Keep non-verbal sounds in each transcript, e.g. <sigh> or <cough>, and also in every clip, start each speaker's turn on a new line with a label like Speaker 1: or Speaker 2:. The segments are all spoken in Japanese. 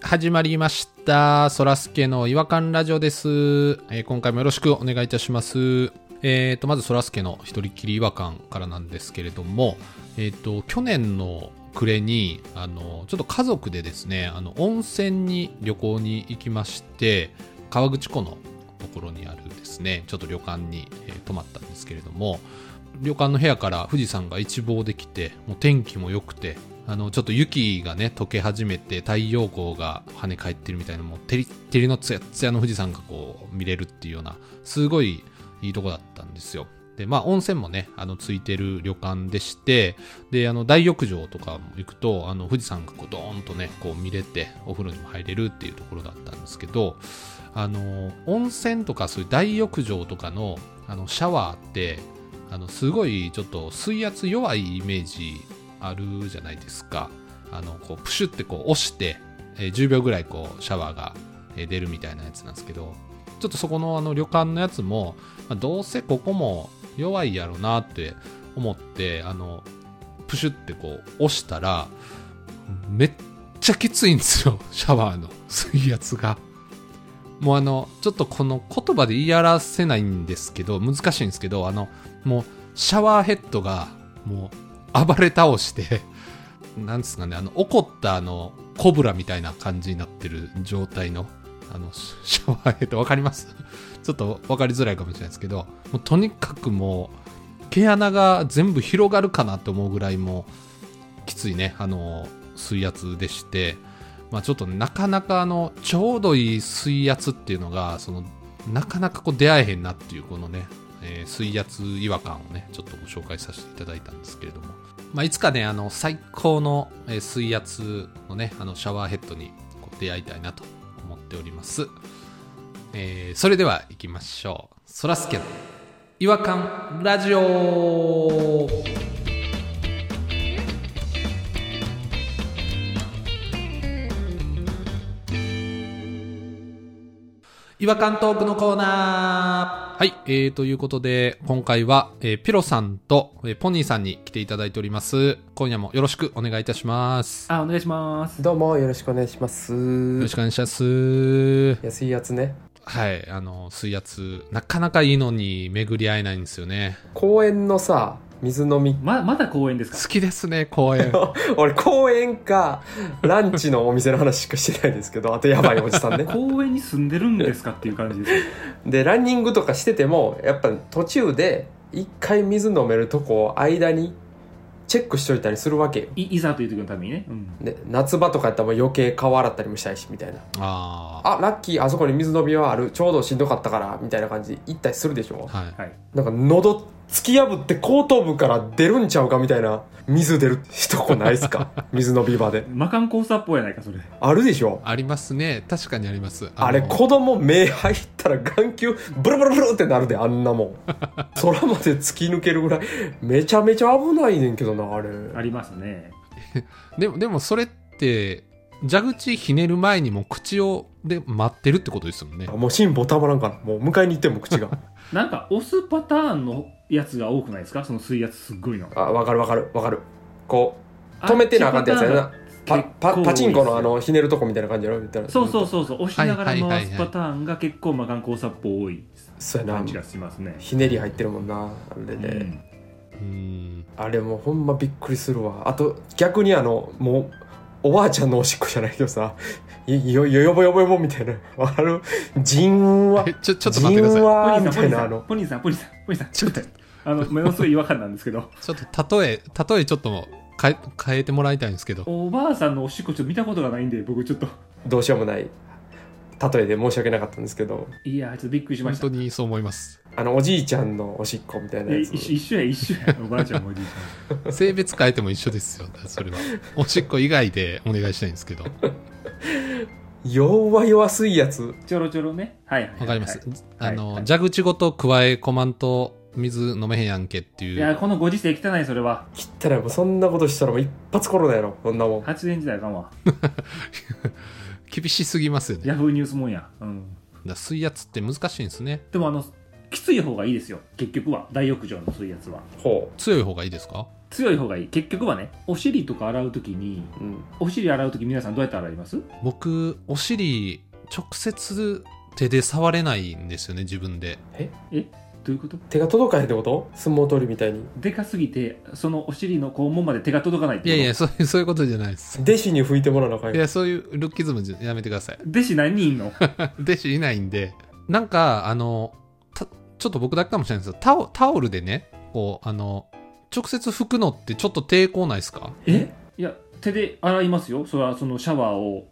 Speaker 1: 始まりました。そらすけの違和感ラジオです、えー今回もよろしくお願いいたします。えっ、と、まずそらすけの一人っきり違和感からなんですけれども、えっ、と、去年の暮れに、あの、ちょっと家族でですね、あの、温泉に旅行に行きまして、川口湖のところにあるですね、ちょっと旅館に、えー泊まったんですけれども、旅館の部屋から富士山が一望できてもう天気も良くてあのちょっと雪がね溶け始めて太陽光が跳ね返ってるみたいなもうてりてりのつやつやの富士山がこう見れるっていうようなすごいいいとこだったんですよでまあ温泉もねあのついてる旅館でしてであの大浴場とかも行くとあの富士山がこうドーンとねこう見れてお風呂にも入れるっていうところだったんですけどあの温泉とかそういう大浴場とかのあのシャワーってあのすごいちょっと水圧弱いイメージあるじゃないですかあのこうプシュってこう押して、えー10秒ぐらいこうシャワーがえー出るみたいなやつなんですけどちょっとそこのあの旅館のやつも、まあどうせここも弱いやろなって思ってあのプシュってこう押したらめっちゃきついんですよ <laughs> シャワーの水圧が。もうあのちょっとこの言葉で言い表せないんですけど難しいんですけどあのもうシャワーヘッドがもう暴れ倒して <laughs> なんですかねあの怒ったあのコブラみたいな感じになってる状態のあのシシャワーヘッドわかります <laughs> ちょっとわかりづらいかもしれないですけどもうとにかくもう毛穴が全部広がるかなと思うぐらいもうきついねあの水圧でしてまあ、ちょっとねなかなかあのちょうどいい水圧っていうのがそのなかなかこう出会えへんなっていうこのね、えー水圧違和感をねちょっとご紹介させていただいたんですけれども、まあ、いつかねあの最高のえー水圧のねあのシャワーヘッドにこう出会いたいなと思っております、えーそれでは行きましょうそらすけの違和感ラジオ違和感トークのコーナーはい、えー、ということで、今回は、えーピロさんと、えーポニーさんに来ていただいております。今夜もよろしくお願いいたします。よ
Speaker 2: あ、お願いします。
Speaker 3: どうもよろしくお願いします。
Speaker 1: ろしくお願いします。
Speaker 3: 安いやつね。
Speaker 1: はい、あの、水圧、なかなかいいのに巡り合えないんですよね。
Speaker 3: 公園のさ、水飲み。
Speaker 2: ま、まだ公園ですか
Speaker 1: 好きですね、公
Speaker 2: <laughs>
Speaker 1: 園。
Speaker 3: 俺公園か、ランチのお店の話しかしてないですけど、あとやばいお
Speaker 1: <laughs>
Speaker 3: じさんね。
Speaker 2: 公園に住んでるんですかっていう感じですね。
Speaker 3: で、ランニングとかしてても、やっぱ途中で、一回水飲めるとこを間にチェックしといたりするわけよ。
Speaker 2: <laughs> いいざという時のためにね。うん。
Speaker 3: で、夏場とかやったらもう余計顔洗ったりもしたいし、みたいな。
Speaker 1: あ
Speaker 3: あ、ラッキー、あそこに水飲みはある。ちょうどしんどかったから、みたいな感じで行ったりするでし
Speaker 1: ー。
Speaker 3: ょ
Speaker 1: はい。
Speaker 2: はい。
Speaker 3: なんか喉突き破って後頭部から出るんちゃうかみたいな水出る人こないっ
Speaker 2: <laughs>
Speaker 3: すか水のビバで
Speaker 2: 魔漢コースターっぽいやないか、それ。
Speaker 3: あるでしょ
Speaker 1: ありますね。確かにあります。
Speaker 3: あれ
Speaker 1: の
Speaker 3: 子供目入ったら眼球ブルブルブルってなるであん
Speaker 2: <laughs>
Speaker 3: なもん空まで突き抜けるぐらいめちゃめちゃ危ないねんけどなあれ
Speaker 2: ありますね。
Speaker 1: でも、でもそれって、蛇口ひねる前にもう口を、で待ってるってことですもんね。
Speaker 3: もう辛抱たまらんからもう迎えに行って
Speaker 2: <laughs>
Speaker 3: も口が
Speaker 2: なんか、押すパターンのやつが多くないですかその水圧すっごいの。
Speaker 3: あわかるわかるわかるこう止めてなあかんってやつやなパパパチンコのあ。のひねるとこみたいな感じやろみたいな
Speaker 2: そうそうそうそう。押しながら
Speaker 1: はいはいはいは
Speaker 2: 回
Speaker 1: い
Speaker 2: すパターンが結構魔漢コースターっぽい
Speaker 3: そうやな
Speaker 2: 感じがしますね。
Speaker 3: ひねり入ってるもんなあれ
Speaker 2: う
Speaker 3: で、
Speaker 2: ん
Speaker 1: うん。
Speaker 3: あれもうほんまびっくりするわあと逆にあのもうおばあちゃんのおしっこじゃないけどさよよよぼよぼよぼみたいなあるじんわ
Speaker 1: え、ちょ、ちょっと待ってください
Speaker 2: ポ
Speaker 3: じん。
Speaker 2: ニ
Speaker 3: わ
Speaker 2: ー
Speaker 3: み
Speaker 2: さ
Speaker 3: たいなあ
Speaker 2: ん、
Speaker 3: の
Speaker 2: ポニーさん、ポニーさん、ポニーさん、ポニーさん。
Speaker 1: ちょっと、
Speaker 2: あの、ものすごい違和感なんですけ
Speaker 3: <laughs>
Speaker 2: ど。
Speaker 1: ちょっと例え、例えちょっと変え変えてもらいたいんですけど。
Speaker 2: おばあさんのおしっこちょっと見たことがないんで、僕ちょっと。
Speaker 3: どうしようもない例えで申し訳なかったんですけど
Speaker 2: いやー、ちょっとびっくりしま
Speaker 1: 本
Speaker 2: した
Speaker 1: 当。にそう思います。
Speaker 3: あのおじいちゃんのおしっこみたいない
Speaker 2: や
Speaker 3: や
Speaker 2: 一緒
Speaker 3: つ
Speaker 2: 一緒や一緒やおばあちゃんもおじいち
Speaker 1: 性別変えても一緒ですよ、それは。おしっこ以外でお願いしたいんですけど。わ
Speaker 3: 弱々しいや
Speaker 2: <laughs>
Speaker 3: つ
Speaker 2: ゃんちょろちょろねはいはいはい
Speaker 1: かります。
Speaker 2: は
Speaker 1: あ
Speaker 2: い
Speaker 1: の、
Speaker 2: はい
Speaker 1: 蛇口ごと加えコマンと水飲めへんやんけって
Speaker 2: い
Speaker 1: い
Speaker 2: や
Speaker 1: う。
Speaker 2: このご時世汚いそれは
Speaker 3: 切ったらもうそんなことしたらもう一発コロナやろこんなもん
Speaker 2: 発電時代あかんわ
Speaker 1: 厳しすぎますよね。だか
Speaker 2: ヤフーニュースもんや、うん、
Speaker 1: ら水圧って難しいんですね。
Speaker 2: でもあのきつい方がいいですよ結局は大浴場の水圧は
Speaker 3: ほ
Speaker 1: 強い方がいいですか
Speaker 2: 強い方がいい結局はねお尻とか洗う時に
Speaker 3: う、うん、
Speaker 2: お尻洗う時皆さんどうやって洗います
Speaker 1: 僕お尻直接手で触れないんですよね自分で
Speaker 2: えどういうこと
Speaker 3: 手が届かへんってこと相撲取りみたいに
Speaker 2: でかすぎてそのお尻の肛門まで手が届かないって
Speaker 1: いや
Speaker 2: こと
Speaker 1: いやそういう <laughs> そういうことじゃないです
Speaker 3: 弟子に拭いてもらわなあかん
Speaker 1: い
Speaker 3: よ
Speaker 1: やそういうルッキズムじゃやめてください <laughs>
Speaker 2: 弟子何人いんの
Speaker 1: 弟子いないんでなんかあのたちょっと僕だけかもしれないですけどタオタオルでねこうあの直接拭くのってちょっと抵抗ないですか <laughs>
Speaker 2: えいや手で洗いますよそれはそのシャワーを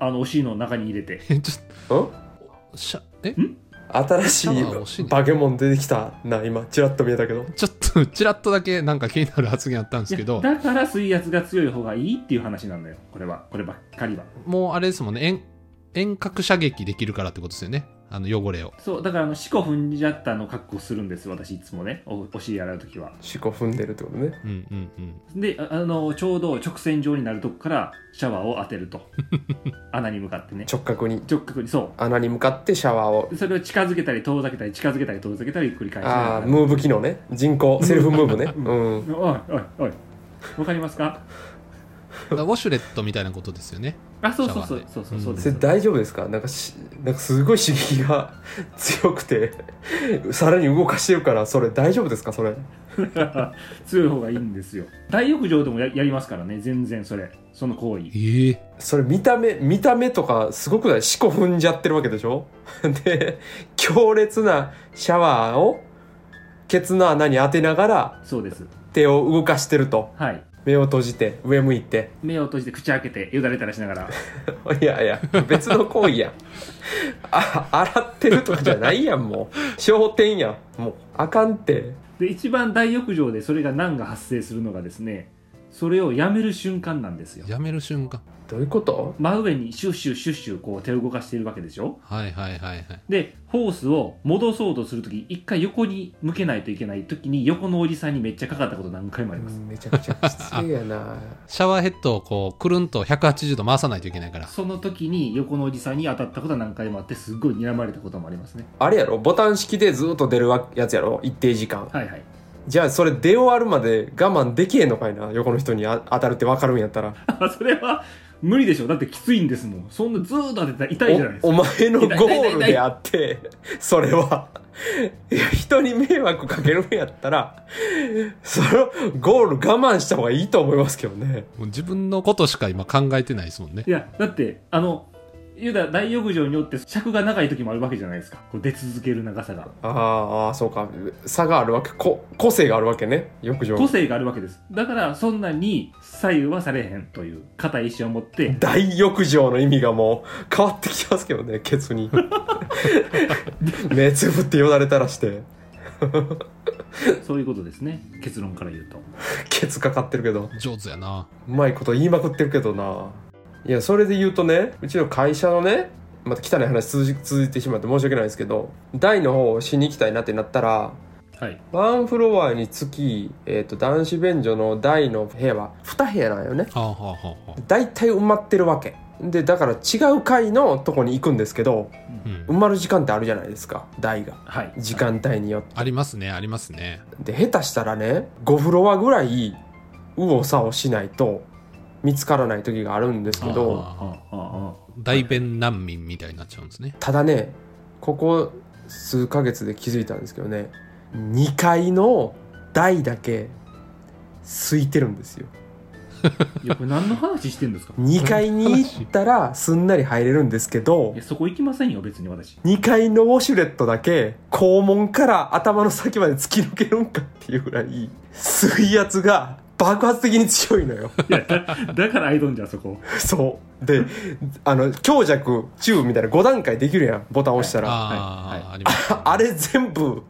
Speaker 2: あのお尻の中に入れて
Speaker 1: えちょっ
Speaker 3: ん
Speaker 1: としゃえ
Speaker 3: 新し
Speaker 1: シャワー欲しい
Speaker 3: い
Speaker 1: ね
Speaker 3: バケモン出てきたな今ちらっと見えたけど
Speaker 1: ちょっとちらっとだけなんか気になる発言あったんですけ
Speaker 2: いや
Speaker 1: ど
Speaker 2: だから水圧が強い方がいいっていう話なんだよこれはこればっかりは
Speaker 1: もうあれですもんね遠遠隔射撃できるからってことですよねあの汚れを
Speaker 2: そうだからあの四股踏んじゃったの格好するんです私いつもねおお尻洗う時は
Speaker 3: 四股踏んでるってことね
Speaker 1: うんうんうん
Speaker 2: でああのちょうど直線上になるとこからシャワーを当てると
Speaker 1: <laughs>
Speaker 2: 穴に向かってね
Speaker 3: 直角に
Speaker 2: 直角にそ
Speaker 3: 穴に向かってシャワーを
Speaker 2: うそれを近づけたり遠ざけたり近づけたり遠ざけたり繰り返しなが
Speaker 3: あ
Speaker 2: ら
Speaker 3: あムーブ機能ね人工セルフムーブね
Speaker 2: う
Speaker 3: う
Speaker 2: お
Speaker 3: ん
Speaker 2: いおいおいわかりますか
Speaker 1: だからウォシュレットみたいなことですよね
Speaker 2: あそうそうそう
Speaker 1: シャワーで
Speaker 2: そうそうそうで
Speaker 3: そ
Speaker 2: す
Speaker 3: れ大丈夫ですかなんかしなんかすごい刺激が <laughs> 強くてさらに動かしてるからそれ大丈夫ですかそれ
Speaker 2: <laughs> 強い方がいいんですよ大浴場でもややりますからね全然それその行為
Speaker 1: ええ
Speaker 3: それ見た目見た目とかすごくない四股踏んじゃってるわけでしょ <laughs> で強烈なシャワーをケツの穴に当てながら
Speaker 2: そうです
Speaker 3: 手を動かしてると
Speaker 2: はい
Speaker 3: 目を閉じて上向いて <laughs>
Speaker 2: 目を閉じて口開けてよだれたらしながら
Speaker 3: いやいや別の行為やん <laughs> あ洗ってるとかじゃないやんもう焦点やんもうあかんって
Speaker 2: で一番大浴場でそれが難が発生するのがですねそれをやめる瞬間なんですよ
Speaker 1: やめる瞬間
Speaker 3: どういうこと
Speaker 2: 真上にシュッシュッシュッシュこう手を動かしているわけでしょ
Speaker 1: はいはいはいはい
Speaker 2: でホースを戻そうとするとき一回横に向けないといけないときに横のおじさんにめっちゃかかったこと何回もあります、
Speaker 3: めちゃくちゃ失礼やな
Speaker 1: シャワーヘッドをこうくるんと180度回さないといけないから
Speaker 2: その時に横のおじさんに当たったことは何回もあってすっごい睨まれたこともありますね
Speaker 3: あれやろボタン式でずっと出るわやつやろ一定時間
Speaker 2: はいはい
Speaker 3: じゃあそれ出終わるまで我慢できへんのかいな横の人にあ当たるって分かるんやったら
Speaker 2: あそれは無理でしょだってきついんですもんそんなずーっと当てたら痛いじゃないです
Speaker 3: お
Speaker 2: か
Speaker 3: お前のゴールであってそれはいや人に迷惑かけるんやったらそのゴール我慢した方がいいと思いますけどね
Speaker 1: もう自分のことしか今考えてないですもんね
Speaker 2: いやだってあの言うたら大浴場によって尺が長い時もあるわけじゃないですかこう出続ける長さが
Speaker 3: あーあーそうか差があるわけこ個性があるわけね浴場
Speaker 2: 個性があるわけですだからそんなに左右はされへんという固い意志を持って
Speaker 3: 大浴場の意味がもう変わってきますけどねケツに <laughs> 目つぶってよだれたらして
Speaker 2: そういうことですね結論から言うと
Speaker 3: ケツかかってるけど
Speaker 1: 上手やな
Speaker 3: うまいこと言いまくってるけどないやそれで言うとねうちの会社のねまた汚い話続じ続いてしまって申し訳ないですけど台の方をしに行きたいなってなったら
Speaker 2: はい
Speaker 3: ワンフロアにつき、えー、と男子便所の台の部屋は2部屋なんよね
Speaker 1: はあはあはあはあ
Speaker 3: 大体埋まってるわけでだから違う階のとこに行くんですけど
Speaker 1: うん
Speaker 3: 埋まる時間ってあるじゃないですか台が
Speaker 2: はい
Speaker 3: 時間帯によって
Speaker 1: ありますねありますね
Speaker 3: で下手したらね5フロアぐらい右往左往しないと見つからない時があるんですけど
Speaker 2: ああああ
Speaker 1: 大便難民みたいになっちゃうんですね
Speaker 3: ただねここ数ヶ月で気づいたんですけどね2階の台だけ空いてるんですよ
Speaker 2: いやこれ何の話してんですか
Speaker 3: 2階に行ったらすんなり入れるんですけど
Speaker 2: いやそこ行きませんよ別に私
Speaker 3: 2階のウォシュレットだけ肛門から頭の先まで突き抜けるんかっていうぐらい水圧が爆発的に強いのよ
Speaker 2: いやだだからアイドンじゃんそこ
Speaker 3: そうであの強弱中みたいな5段階できるやんボタン押したら
Speaker 1: あ
Speaker 2: はい
Speaker 1: あ、
Speaker 2: は
Speaker 1: あります、ね、<laughs>
Speaker 3: <laughs> あれ全部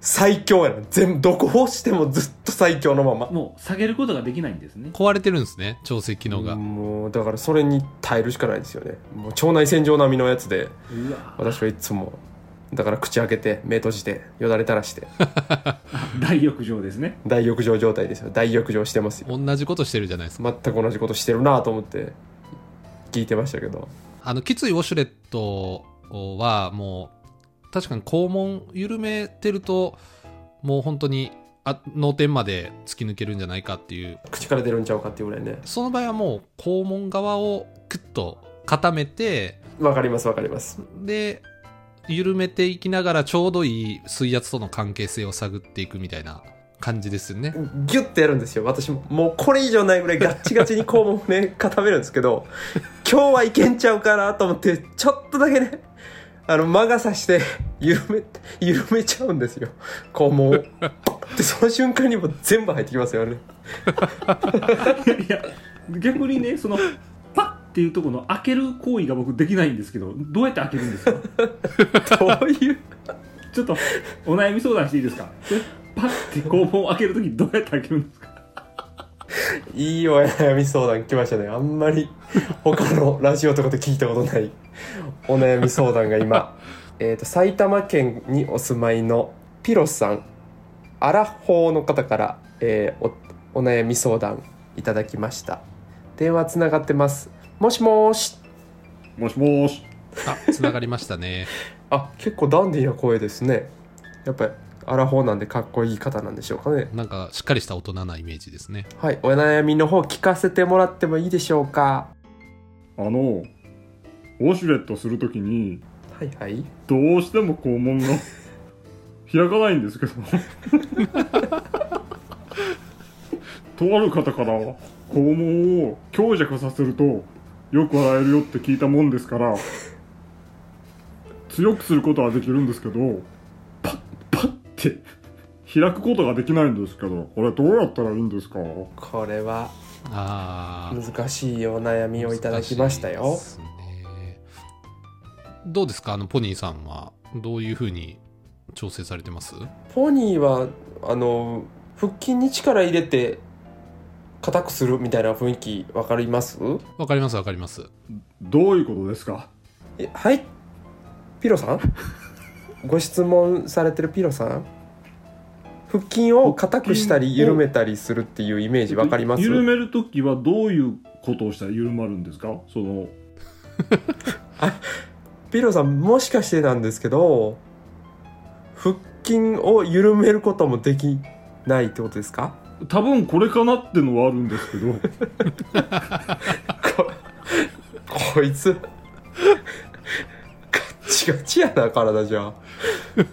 Speaker 3: 最強やな全部どこをしてもずっと最強のまま
Speaker 2: もう下げることができないんですね
Speaker 1: 壊れてるんですね調整機能が、
Speaker 3: もうだからそれに耐えるしかないですよねもう腸内洗浄並みのやつで
Speaker 2: うわ
Speaker 3: 私はいつもだから口開けて目閉じてよだれ垂らして
Speaker 2: 大浴場ですね
Speaker 3: 大浴場状態ですよ大浴場してますよ
Speaker 1: 同じことしてるじゃないですか
Speaker 3: 全く同じことしてるなと思って聞いてましたけど
Speaker 1: あのきついウォシュレットはもう確かに肛門緩めてるともう本当にあ脳天まで突き抜けるんじゃないかっていう
Speaker 3: 口から出るんちゃうかっていうぐらいね
Speaker 1: その場合はもう肛門側をクッと固めて
Speaker 3: わかりますわかります
Speaker 1: で緩めていきながらちょうどいい水圧との関係性を探っていくみたいな感じですよね
Speaker 3: ギュッてやるんですよ私ももうこれ以上ないぐらいガッチガチに肛門ね <laughs> 固めるんですけど今日はいけんちゃうかなと思ってちょっとだけねあの魔が差して緩め緩めちゃうんですよ肛門をでその瞬間にもう全部入ってきますよね
Speaker 2: いや逆にねそのパッっていうところの開ける行為が僕できないんですけどどうやって開けるんですか
Speaker 3: どういう
Speaker 2: ちょっとお悩み相談していいですかそれパッて肛門を開けるときどうやって開けるんですか
Speaker 3: いいお悩み相談来ましたね。あんまり他のラジオとかで聞いたことないお悩み相談が今。えっと、埼玉県にお住まいのピロさん、アラホーの方から、えーおお悩み相談いただきました。電話つながってます。もしもーし。
Speaker 2: もしもし
Speaker 1: あつながりましたね
Speaker 3: あ、結構ダンディーな声ですね。やっぱりアラホーなんでかっこいい方なんでしょうかね。
Speaker 1: なんかしっかりした大人なイメージですね
Speaker 3: はい、お悩みの方聞かせてもらってもいいでしょうか。
Speaker 2: あのウォシュレットするときに
Speaker 3: はいはい。
Speaker 2: どうしても肛門が開かないん
Speaker 3: <laughs>
Speaker 2: ですけどとある方から肛門を強弱させるとよく洗えるよって聞いたもんですから強くすることはできるんですけどパッパッて開くことができないんですけどこれどうやったらいいんですか
Speaker 3: これは
Speaker 1: ああ
Speaker 3: 難しいお悩みをいただきました
Speaker 1: 難しい
Speaker 3: よ
Speaker 1: ですねどうですかあのポニーさんはどういうふうに調整されてます
Speaker 3: ポニーはあの腹筋に力入れて硬くするみたいな雰囲気わかります
Speaker 1: わかりますわかります
Speaker 2: どういうことですか
Speaker 3: えはいピロさ <laughs> んご質問されてるピロさん腹筋を硬くしたり
Speaker 2: 腹筋を
Speaker 3: 緩めたりするっていうイメージわかります
Speaker 2: 緩めるときはどういうことをしたら緩まるんですかその
Speaker 3: ピロさんもしかしてなんですけど腹筋を緩めることもできないってことですか
Speaker 2: 多分これかなっての <laughs> はあるんですけど
Speaker 3: ここいつガッチガチやな体じゃ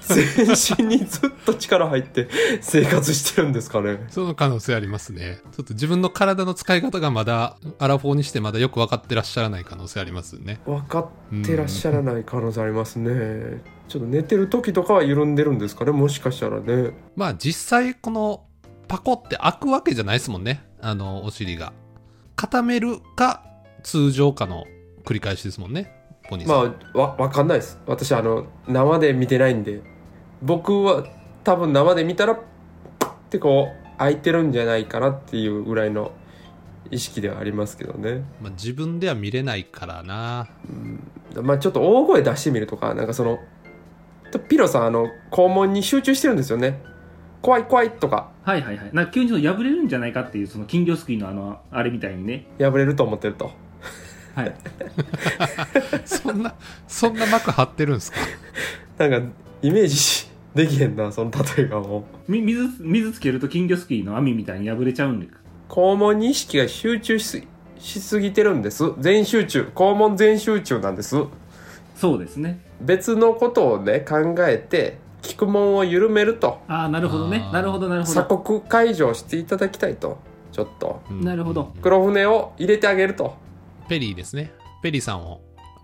Speaker 3: 全身にずっと力入って生活してるんですかね
Speaker 1: その可能性ありますねちょっと自分の体の使い方がまだアラフォーにしてまだよく分かってらっしゃらない可能性ありますね
Speaker 3: 分かってらっしゃらない可能性ありますねちょっと寝てる時とかは緩んでるんですかねもしかしたらね
Speaker 1: まあ実際このパコって開くわけじゃないですもんねあのお尻が固めるか通常かの繰り返しですもんねポニーさん、
Speaker 3: まあわ分かんないです私あの生で見てないんで僕は多分生で見たらプッてこう開いてるんじゃないかなっていうぐらいの意識ではありますけどね
Speaker 1: まあ自分では見れないからな
Speaker 3: まあちょっと大声出してみるとか、なんかその、ピロさん、あの、肛門に集中してるんですよね。怖い怖いとか、
Speaker 2: はいはいはいなんか急にその破れるんじゃないかっていうその金魚すくいのあのあれみたいにね
Speaker 3: 破れると思ってると。
Speaker 2: はい
Speaker 1: そんなそんな膜張ってるんですか
Speaker 3: なんか、イメージし、できへんな、その例えがもう。
Speaker 2: み水水つけると金魚すくいの網みたいに破れちゃうんで
Speaker 3: 肛門に意識が集中しすしすぎてるんです。全集中。肛門全集中なんです。
Speaker 2: そうですね
Speaker 3: 別のことをね、考えて、聞く門を緩めると。
Speaker 2: ああなるほどね
Speaker 1: あー
Speaker 2: なるほどなるほ
Speaker 3: 鎖
Speaker 2: ど
Speaker 3: 国解除していただきたいと。ちょっと。
Speaker 1: うん
Speaker 2: なるほど
Speaker 3: 黒船を入れてあげると。
Speaker 1: ペリーですねペリーさんを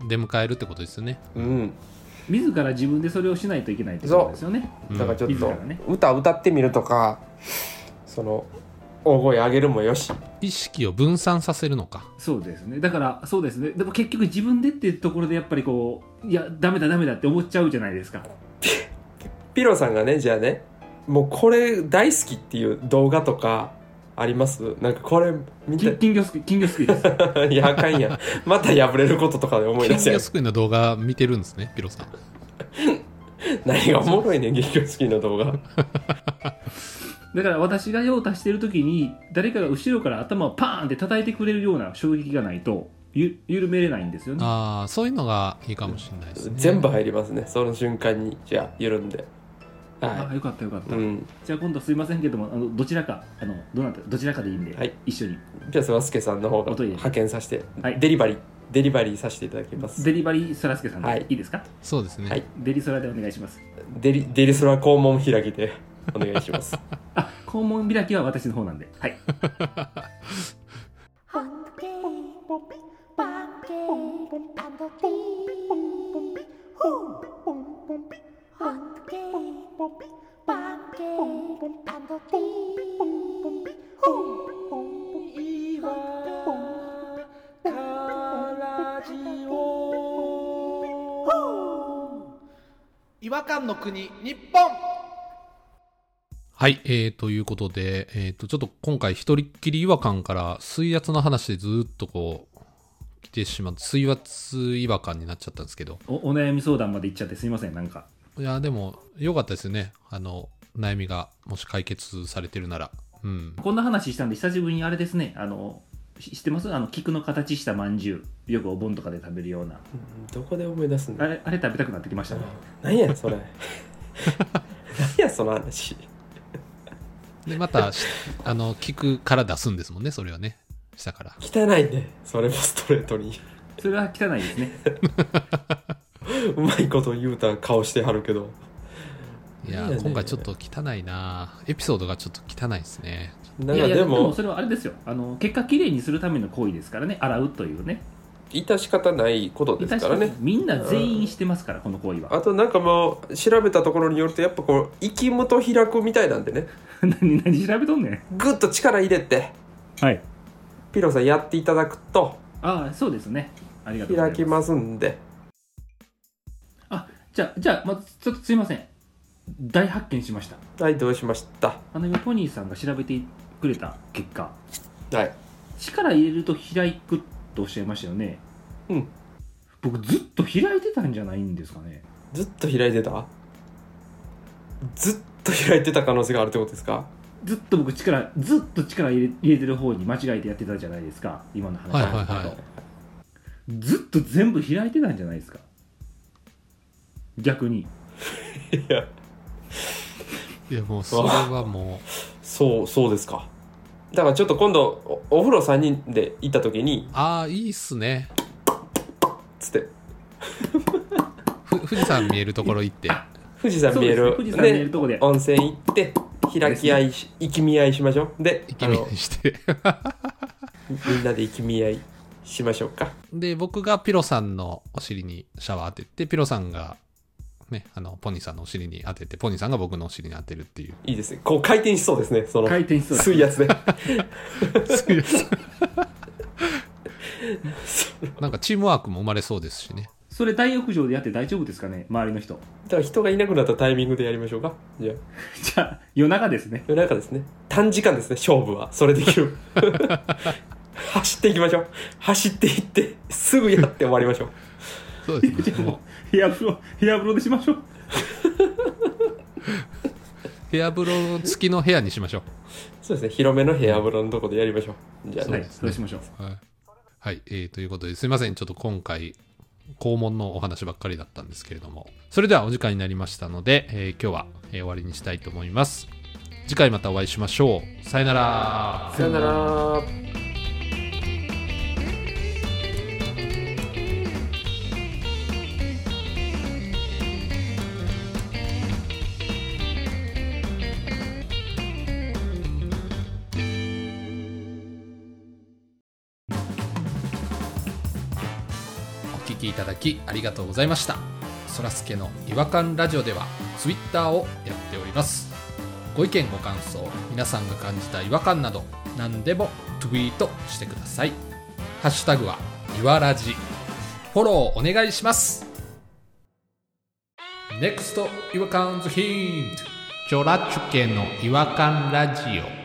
Speaker 1: 出迎えるってことですよね
Speaker 3: うん。
Speaker 2: 自ら自分でそれをしないといけないってことですよね
Speaker 1: うん
Speaker 3: だからちょっ
Speaker 2: 自
Speaker 3: と
Speaker 2: らね
Speaker 3: 歌歌ってみるとか、その大声上げるもよし
Speaker 1: 意識を分散させるのか
Speaker 2: そうですねだからそうですねでも結局自分でっていうところでやっぱりこういやダメだダメだって思っちゃうじゃないですか
Speaker 3: ピロさんがねじゃあねもうこれ大好きっていう動画とかありますなんかこれ見
Speaker 2: き
Speaker 3: て
Speaker 2: 金魚すくい金魚すくいです
Speaker 3: <laughs> いやあかんやんまた破れることとかで思い
Speaker 1: 金
Speaker 3: 出せや
Speaker 1: 魚
Speaker 3: ん
Speaker 1: すくいの動画見てるんですねピロさん
Speaker 3: 何がおもろいねん劇場好きの動画
Speaker 2: だから私が用を足してる時に誰かが後ろから頭をパーンって叩いてくれるような衝撃がないとゆ緩めれないんですよね
Speaker 1: ああそういうのがいいかもしれないですね
Speaker 3: 全部入りますねその瞬間にじゃあ緩んで
Speaker 2: あ
Speaker 3: は
Speaker 2: よかったよかっ
Speaker 3: い、
Speaker 2: た、
Speaker 3: うん、
Speaker 2: じゃあ今度すいませんけどもあのどちらかあのどなたどちらかでいいんで、
Speaker 3: はい
Speaker 2: 一緒に
Speaker 3: じゃあそらすけさんの方が
Speaker 2: おトイレ
Speaker 3: 派遣させて、
Speaker 2: はい
Speaker 3: デリバリーデリバリーさせていただきます
Speaker 2: デリバリーそらすけさんで、
Speaker 3: はい
Speaker 2: い、いですか
Speaker 1: そうですね、
Speaker 3: はい
Speaker 2: デリソラでお願いします
Speaker 3: デリデリソラ肛門開きでお願いします
Speaker 2: あ肛門開きは私の方なんではい、
Speaker 4: Hunky,
Speaker 5: 違和感の国日本
Speaker 1: はい、えー、ということで、えー、とちょっと今回一人っきり違和感から水圧の話でずーっとこう来てしまって水圧違和感になっちゃったんですけど
Speaker 2: お <laughs> お悩み相談まで行っちゃってすいませんなんか
Speaker 1: いやでも良かったですよねあの悩みがもし解決されてるならうん
Speaker 2: こんな話したんで久しぶりにあれですねあのし知ってますあの菊の形したまんじゅうよくお盆とかで食べるような
Speaker 3: うんどこで思い出すん
Speaker 2: あ
Speaker 3: だ
Speaker 2: れあれ食べたくなってきましたね
Speaker 3: 何やそれ <laughs> 何やその話
Speaker 1: でまた <laughs> しあの聞くから出すんですもんねそれはね下から
Speaker 3: 汚いねそれもストレートに
Speaker 2: それは汚いですね
Speaker 3: うまいこと言うた顔してはるけど
Speaker 1: いや
Speaker 3: いいよね
Speaker 1: 今回ちょっと汚いなエピソードがちょっと汚いですね
Speaker 3: なん
Speaker 2: いや
Speaker 3: か
Speaker 2: いや
Speaker 3: で
Speaker 2: で
Speaker 3: も
Speaker 2: もそれはあれですよあの結果きれいにするための行為ですからね洗うというね
Speaker 3: 致し方ないことですからね
Speaker 2: みんな全員してますからこの行為は
Speaker 3: あとなんかもう調べたところによるとやっぱこう息元開くみたいなんでね
Speaker 2: <laughs> 何何調べとんねん
Speaker 3: グッと力入れて
Speaker 2: はい
Speaker 3: ピロさんやっていただくと
Speaker 2: ああそうですねありがとうござい
Speaker 3: 開
Speaker 2: ます
Speaker 3: きますんで
Speaker 2: じゃあじゃあ、まずちょっとすいません大発見しました
Speaker 3: はいどうしました
Speaker 2: あの今ポニーさんが調べてくれた結果
Speaker 3: はい
Speaker 2: 力入れると開くとおっしゃいましたよね
Speaker 3: うん
Speaker 2: 僕ずっと開いてたんじゃないんですかね
Speaker 3: ずっと開いてたずっと開いてた可能性があるってことですか
Speaker 2: ずっと僕力ずっと力入れ入れてる方に間違えてやってたじゃないですか今の話
Speaker 1: はいはいはい
Speaker 2: だとずっと全部開いてたんじゃないですか逆に
Speaker 3: いや
Speaker 1: いやもうそれはもう
Speaker 3: そうそうですかだからちょっと今度おお風呂3人で行った時に
Speaker 1: ああいいっすね
Speaker 3: つって
Speaker 1: ふ富士山見えるところ行って
Speaker 3: 富士山見える
Speaker 2: そうですね富士山見えるとこで
Speaker 3: 温泉行って開き合いし行き見合いしましょうで
Speaker 1: 意
Speaker 3: あ
Speaker 1: 気
Speaker 3: の
Speaker 1: 見して
Speaker 3: みんなで行き見合いしましょうか
Speaker 1: <laughs> で、僕がピロさんのお尻にシャワー当てて、ピロさんが、ね、あの、ポニーさんのお尻に当てて、ポニーさんが僕のお尻に当てるって
Speaker 3: <laughs>
Speaker 1: いう。
Speaker 3: いいですねこう回転しそうですねその
Speaker 2: 回転しそうです
Speaker 3: 水圧で
Speaker 1: なんかチームワークも生まれそうですしね。
Speaker 2: それ大浴場でやって大丈夫ですかね周りの人 <laughs>
Speaker 3: じゃあ人がいなくなったタイミングでやりましょうかじゃあ
Speaker 2: じゃあ夜中ですね
Speaker 3: 夜中ですね短時間ですね勝負はそれできる <laughs> 走っていきましょう走っていってすぐやって終わりましょう
Speaker 1: そうです
Speaker 3: <laughs>
Speaker 1: ね。も
Speaker 2: 部屋風呂部屋風呂でしましょう
Speaker 1: う部屋風呂付きの部屋にしましょ
Speaker 3: そうですね広めの部屋風呂のとこでやりましょうじゃあ
Speaker 2: はい
Speaker 3: ね
Speaker 2: そうしましょう
Speaker 1: う。はい。はい、えー、ということで、すいません。ちょっと今回、肛門のお話ばっかりだったんですけれども。それではお時間になりましたので、えー今日は、えー終わりにしたいと思います。次回またお会いしましょう。さよなら。
Speaker 3: さよなら
Speaker 1: お聞きいただきありがとうございましたそらすけの違和感ラジオではツイッターをやっておりますご意見ご感想皆さんが感じた違和感など何でもツイートしてくださいハッシュタグはいわらじフォローお願いします NEXT 違和感ズヒントチョラチュケの違和感ラジオ